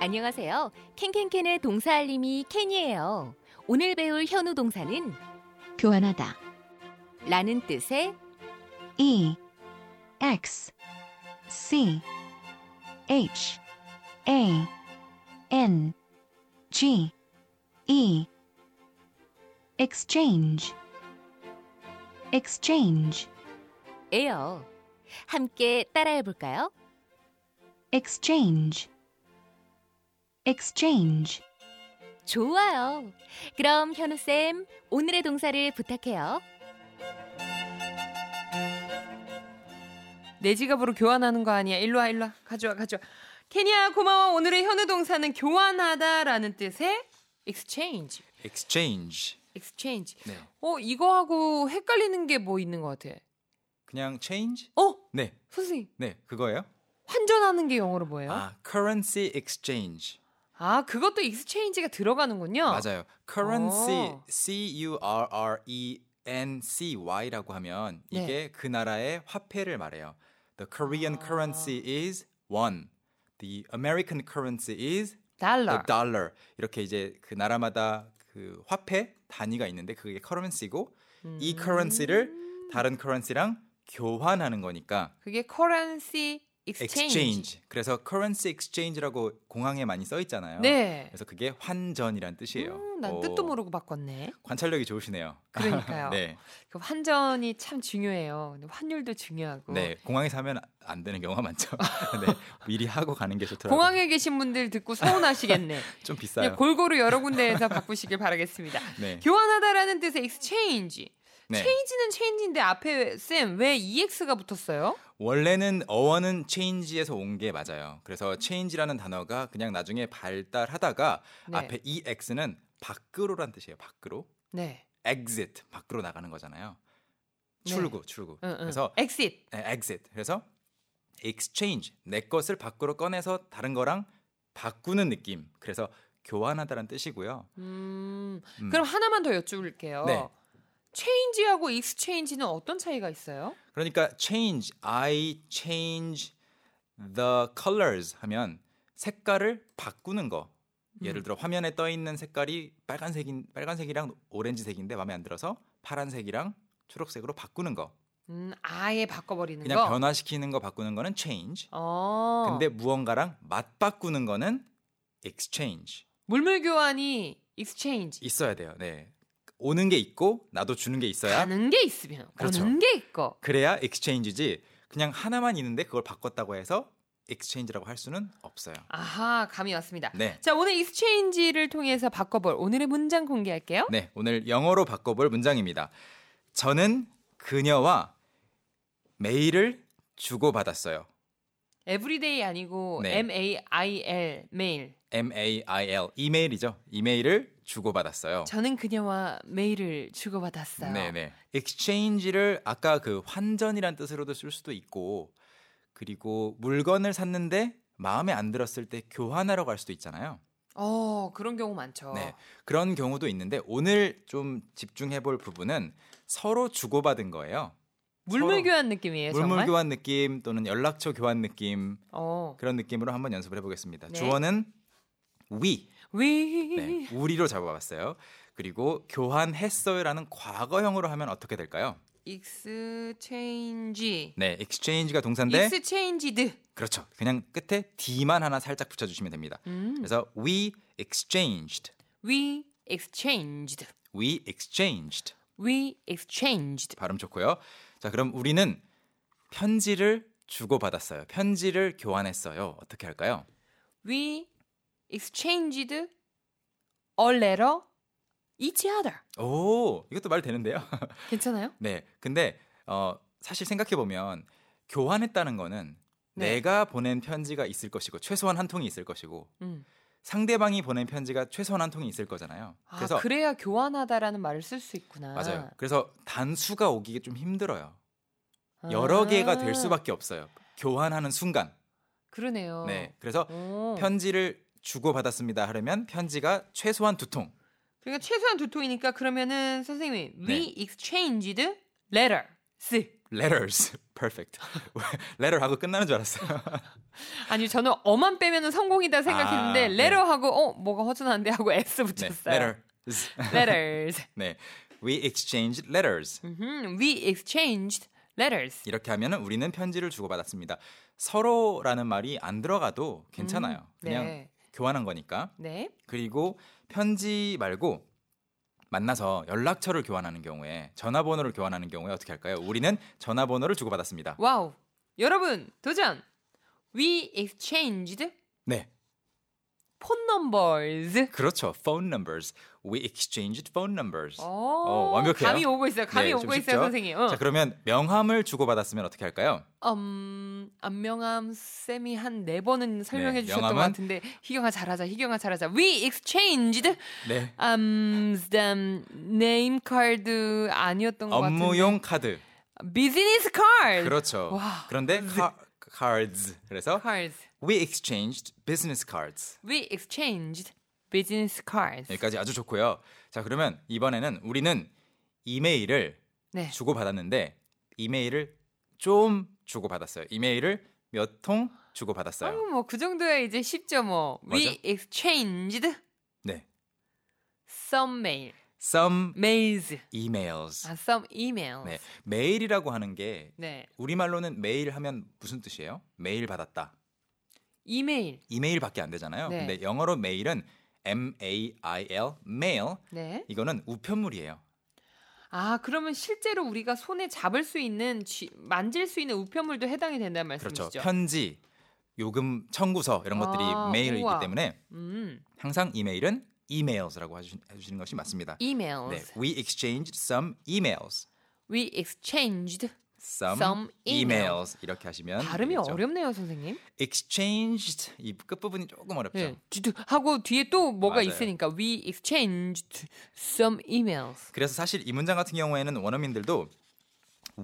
안녕하세요. 캔캔캔의 동사 알림이 캔이에요. 오늘 배울 현우 동사는 교환하다. 라는 뜻의 E X C H A N G E exchange exchange 에요. 함께 따라해 볼까요? exchange exchange 좋아요. 그럼 현우쌤, 오늘의 동사를 부탁해요. 내 지갑으로 교환하는 거 아니야. 일로 와, 일로 와. 가져와, 가져와. 케냐 고마워. 오늘의 현우 동사는 교환하다라는 뜻의 exchange. exchange. exchange. 네. 어, 이거하고 헷갈리는 게 뭐 있는 것 같아. 그냥 change? 어, 네. 선생님. 네, 그거예요? 환전하는 게 영어로 뭐예요? 아, 아, currency exchange. 그것도 exchange가 들어가는군요. 맞아요. currency 어. C U R R E N C Y라고 하면 네. 이게 그 나라의 화폐를 말해요. The 아. Korean currency is won. The American currency is 달러. a dollar. 이렇게 이제 그 나라마다 그 화폐 단위가 있는데 그게 currency고 음. 이 currency를 다른 currency랑 교환하는 거니까 그게 currency exchange. exchange. 그래서 currency exchange라고 공항에 많이 써 있잖아요. 네. 그래서 그게 환전이란 뜻이에요. 음, 난 어, 뜻도 모르고 바꿨네. 관찰력이 좋으시네요. 그러니까요. 네. 그 환전이 참 중요해요. 근데 환율도 중요하고. 네. 공항에 사면 안 되는 경우가 많죠. 네. 미리 하고 가는 게 좋더라고요. 공항에 계신 분들 듣고 서운하시겠네. 좀 그냥 비싸요. 골고루 여러 군데에서 바꾸시길 바라겠습니다. 네. 교환하다라는 뜻의 exchange. 네. change는 change인데 앞에 쌤 왜 ex가 붙었어요? 원래는 어원은 change에서 온 게 맞아요. 그래서 change라는 단어가 그냥 나중에 발달하다가 네. 앞에 ex는 밖으로란 뜻이에요. 밖으로. 네. exit 밖으로 나가는 거잖아요. 네. 출구, 출구. 응, 응. 그래서 exit. 네, exit. 그래서 exchange 내 것을 밖으로 꺼내서 다른 거랑 바꾸는 느낌. 그래서 교환하다라는 뜻이고요. 음, 음. 그럼 하나만 더 여쭤볼게요. 네. change하고 exchange는 어떤 차이가 있어요? 그러니까 change I change the colors 하면 색깔을 바꾸는 거. 음. 예를 들어 화면에 떠 있는 색깔이 빨간색인 빨간색이랑 오렌지색인데 마음에 안 들어서 파란색이랑 초록색으로 바꾸는 거. 음, 아예 바꿔버리는 그냥 거. 변화시키는 거 바꾸는 거는 change. 어. 근데 무언가랑 맞바꾸는 거는 exchange 물물 교환이 exchange. 있어야 돼요. 네. 오는 게 있고 나도 주는 게 있어야 가는 게 있으면 그렇죠. 오는 게 있고. 그래야 exchange지. 그냥 하나만 있는데 그걸 바꿨다고 해서 exchange라고 할 수는 없어요. 아하, 감이 왔습니다. 네. 자, 오늘 익스체인지를 통해서 바꿔볼 오늘의 문장 공개할게요. 네, 오늘 영어로 바꿔볼 문장입니다. 저는 그녀와 메일을 주고받았어요. 에브리데이 아니고 네. M A I L 메일. M A I L 이메일이죠. 이메일을 주고받았어요. 저는 그녀와 메일을 주고받았어요. 네네. exchange를 아까 그 환전이란 뜻으로도 쓸 수도 있고 그리고 물건을 샀는데 마음에 안 들었을 때 교환하러 갈 수도 있잖아요. 어, 그런 경우 많죠. 네. 그런 경우도 있는데 오늘 좀 집중해 볼 부분은 서로 주고받은 거예요. 물물 서로 교환 느낌이에요, 예, 물물 정말. 교환 느낌 또는 연락처 교환 느낌 어. 그런 느낌으로 한번 연습을 해 보겠습니다. 네. 주어는 we 위. 네, 우리로 잡아봤어요. 그리고 교환했어요라는 과거형으로 하면 어떻게 될까요? 익스체인지. 네, exchange가 동사인데 익스체인지드. 그렇죠. 그냥 끝에 d만 하나 살짝 붙여주시면 됩니다. 음. 그래서 we exchanged, 위 익스체인지드. we exchanged 위 익스체인지드. 발음 좋고요. 자, 그럼 우리는 편지를 주고 받았어요. 편지를 교환했어요. 어떻게 할까요? We exchanged a letter each other. 오, 이것도 말 되는데요. 괜찮아요? 네, 근데 어, 사실 생각해 보면 교환했다는 거는 네. 내가 보낸 편지가 있을 것이고 최소한 한 통이 있을 것이고 음. 상대방이 보낸 편지가 최소한 한 통이 있을 거잖아요. 아, 그래야 교환하다라는 말을 쓸 수 있구나. 맞아요. 그래서 단수가 오기 좀 힘들어요. 여러 개가 아, 될 수밖에 없어요. 교환하는 순간. 그러네요. 네. 그래서 오. 편지를 주고 받았습니다. 하려면 편지가 최소한 두 통. 그러니까 최소한 두 통이니까 그러면은 선생님이 네. we exchanged letters. letters. Perfect. letter하고 끝나는 줄 알았어요. 아니 저는 어만 빼면은 성공이다 생각했는데 아, 네. letter하고 어 뭐가 허전한데 하고 s 네, 붙였어요. letters. letters. 네. We exchanged letters. 음, we exchanged letters. 이렇게 하면은 우리는 편지를 주고받았습니다. 서로라는 말이 안 들어가도 괜찮아요. 그냥 네. 교환한 거니까. 네. 그리고 편지 말고 만나서 연락처를 교환하는 경우에 전화번호를 교환하는 경우에 어떻게 할까요? 우리는 전화번호를 주고받았습니다. 와우. 여러분 도전. We exchanged 네. phone numbers. 그렇죠. phone numbers. We exchanged phone numbers. 오, 어, 완벽해요. 어, 감이 오고 있어요. 감이 네, 좀 오고 있어요, 쉽죠? 선생님. 어. 자, 그러면 명함을 주고받았으면 어떻게 할까요? 음, 안명함 쌤이 한 네 번은 설명해 네, 주셨던 것 명함은? 같은데 희경아 잘하자, 희경아 잘하자. We exchanged 네. 암담 네임 카드 아니었던 것 음, 같은데 업무용 카드. 비즈니스 카드. 그렇죠. 와. 그런데 카, cards. 그래서 Cards. we exchanged business cards. We exchanged business cards. 여기까지 아주 좋고요. 자, 그러면 이번에는 우리는 이메일을 네. 주고받았는데 이메일을 좀 주고받았어요. 이메일을 몇 통 주고받았어요. 아유 뭐그 정도야 이제 쉽죠 뭐. 맞아. We exchanged 네. some mail, some mails, emails. 아, some emails. 네. 메일이라고 하는 게 네. 우리말로는 메일 하면 무슨 뜻이에요? 메일 받았다. 이메일. 이메일밖에 안 되잖아요. 네. 근데 영어로 메일은 M A I L mail. 네. 이거는 우편물이에요. 아 그러면 실제로 우리가 손에 잡을 수 있는 쥐- 만질 수 있는 우편물도 해당이 된다는 말씀이시죠? 그렇죠. 편지, 요금 청구서 이런 것들이 아, 메일이기 우와. 때문에 음, 항상 항상 이메일은 emails라고 해주신- 해주시는 것이 맞습니다. emails. 네, we exchanged some emails. We exchanged. some, Some emails 이렇게 하시면 발음이 되겠죠. 어렵네요, 선생님. exchanged 이 끝부분이 조금 어렵죠. 네. 뒤도- 하고 뒤에 또 뭐가 그렇죠. 맞아요. 있으니까 we exchanged some emails. 그래서 사실 이 문장 같은 경우에는 원어민들도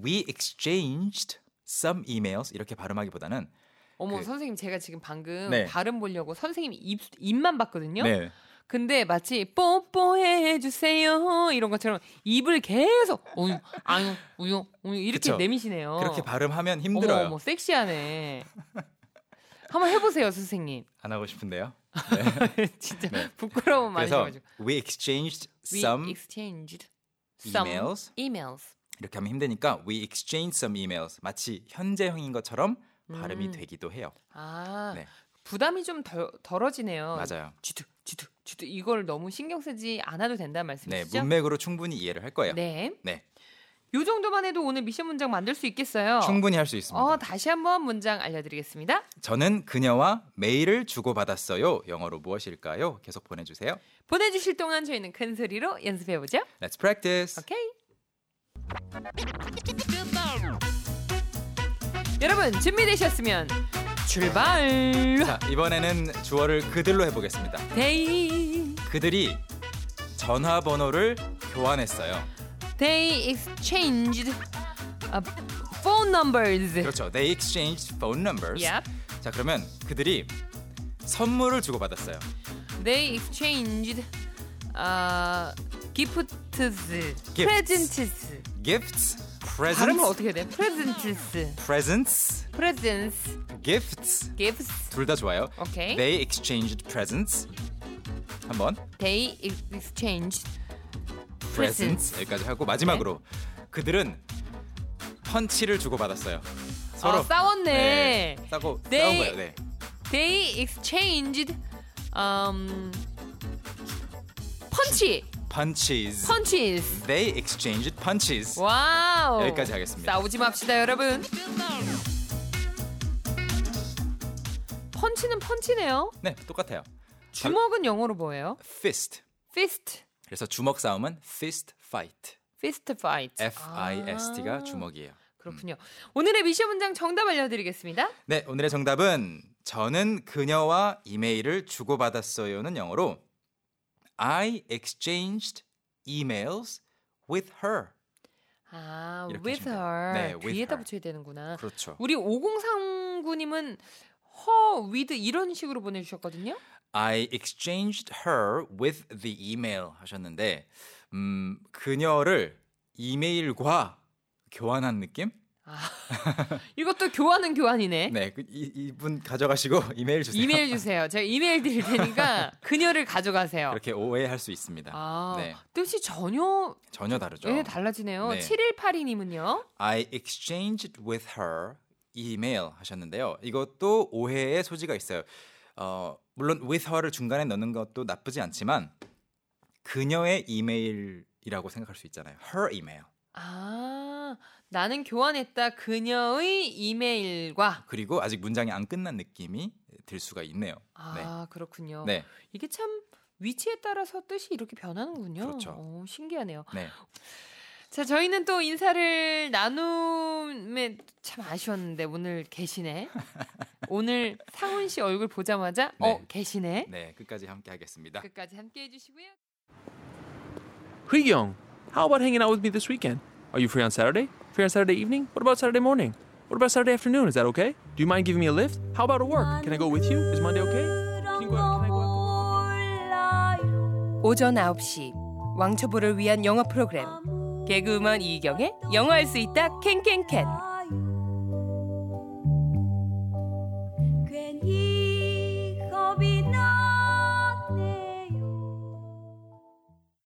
we exchanged some emails 이렇게 발음하기보다는 어머 그- 선생님 제가 지금 방금 네. 발음 보려고 선생님 입 입만 봤거든요. 네. 근데 마치 뽀뽀해 주세요 이런 것처럼 입을 계속 우유 아유 우유 우유 이렇게 그쵸. 내미시네요. 그렇게 발음하면 힘들어요. 어. 어머 어머 섹시하네. 한번 해보세요 선생님. 안 하고 싶은데요. 진짜 네. 부끄러움 어, 많이 그래서 가지고. we exchanged We some exchanged Some emails? emails. 이렇게 하면 힘드니까 we exchanged some emails 마치 현재형인 것처럼 발음이 음. 되기도 해요. 아 네. 부담이 좀 덜, 덜어지네요. 맞아요. 주두 주두 주두 이걸 너무 신경 쓰지 않아도 된다는 네, 말씀이시죠? 문맥으로 충분히 이해를 할 거예요. 네. 네. 요 정도만 해도 오늘 미션 문장 만들 수 있겠어요. 충분히 할 수 있습니다. 어, 다시 한번 문장 알려드리겠습니다. 저는 그녀와 메일을 주고받았어요. 영어로 무엇일까요? 계속 보내주세요. 보내주실 동안 저희는 큰 소리로 연습해보죠. Let's practice. 오케이. 여러분 준비되셨으면 출발. 자, 이번에는 주어를 그들로 해보겠습니다. They 그들이 전화번호를 교환했어요. they exchanged uh, phone numbers. 그렇죠. They exchanged phone numbers. Yep. 자, 그러면 그들이 선물을 주고받았어요. They exchanged uh, gifts, presents. Gifts, 발음을 presents, 아, 어떻게 해야 돼? presents, presents, presents, gifts. gifts. 둘 다 좋아요. 오케이. They exchanged presents. 한번 They exchanged presents 여기까지 하고 마지막으로 네. 그들은 펀치를 주고받았어요. 서로 아, 싸웠네. 네, 싸고 네. 싸운 거예요. 네. They exchanged um 펀치 punches. 펀치스 They exchanged punches. 와우 여기까지 하겠습니다. 싸우지 맙시다 여러분 펀치는 펀치네요 네, 똑같아요. 주먹은 영어로 뭐예요? fist. fist 그래서 주먹 싸움은 fist fight. fist fight F I S T가 아, 주먹이에요. 그렇군요 오늘의 미션 문장 정답 알려드리겠습니다 네, 오늘의 정답은 저는 그녀와 이메일을 주고받았어요는 영어로 I exchanged emails with her. 아 이렇게 with 하시면 돼요. her 네, with 뒤에다 her. 붙여야 되는구나 그렇죠. 우리 5039님은 허 with 이런 식으로 보내주셨거든요 I exchanged her with the email 하셨는데 음, 그녀를 이메일과 교환한 느낌? 이것도 교환은 교환이네. 네, 그 이, 이분 가져가시고 이메일 주세요. 이메일 주세요. 제가 이메일 드릴 테니까 그녀를 가져가세요. 그렇게 오해할 수 있습니다. 아, 네. 뜻이 전혀 전혀 다르죠. 예, 달라지네요. 네. 7182님은요. I exchanged with her email 하셨는데요. 이것도 오해의 소지가 있어요. 어, 물론 with her를 중간에 넣는 것도 나쁘지 않지만 그녀의 이메일이라고 생각할 수 있잖아요. her email. 아, 나는 교환했다. 그녀의 이메일과. 그리고 아직 문장이 안 끝난 느낌이 들 수가 있네요. 아, 그렇군요. 네. 이게 참 위치에 따라서 뜻이 이렇게 변하는군요. 그렇죠. 오, 신기하네요. 네. 자, 저희는 또 인사를 나눔에 참 아쉬웠는데 오늘 계시네. 오늘 상훈 씨 얼굴 보자마자 어, 네. 계시네. 네, 끝까지 함께 하겠습니다. 끝까지 함께 해 주시고요. Young, how about hanging out with me this weekend? Are you free on Saturday? Free on Saturday evening? What about Saturday morning? What about Saturday afternoon? Is that okay? Do you mind giving me a lift? How about at work? Can I go with you? Is Monday okay? Can you go out? Can I go out? 오전 9시 왕초보를 위한 영어 프로그램 개그우먼 이경의 영어할 수 있다 캔캔캔 괜히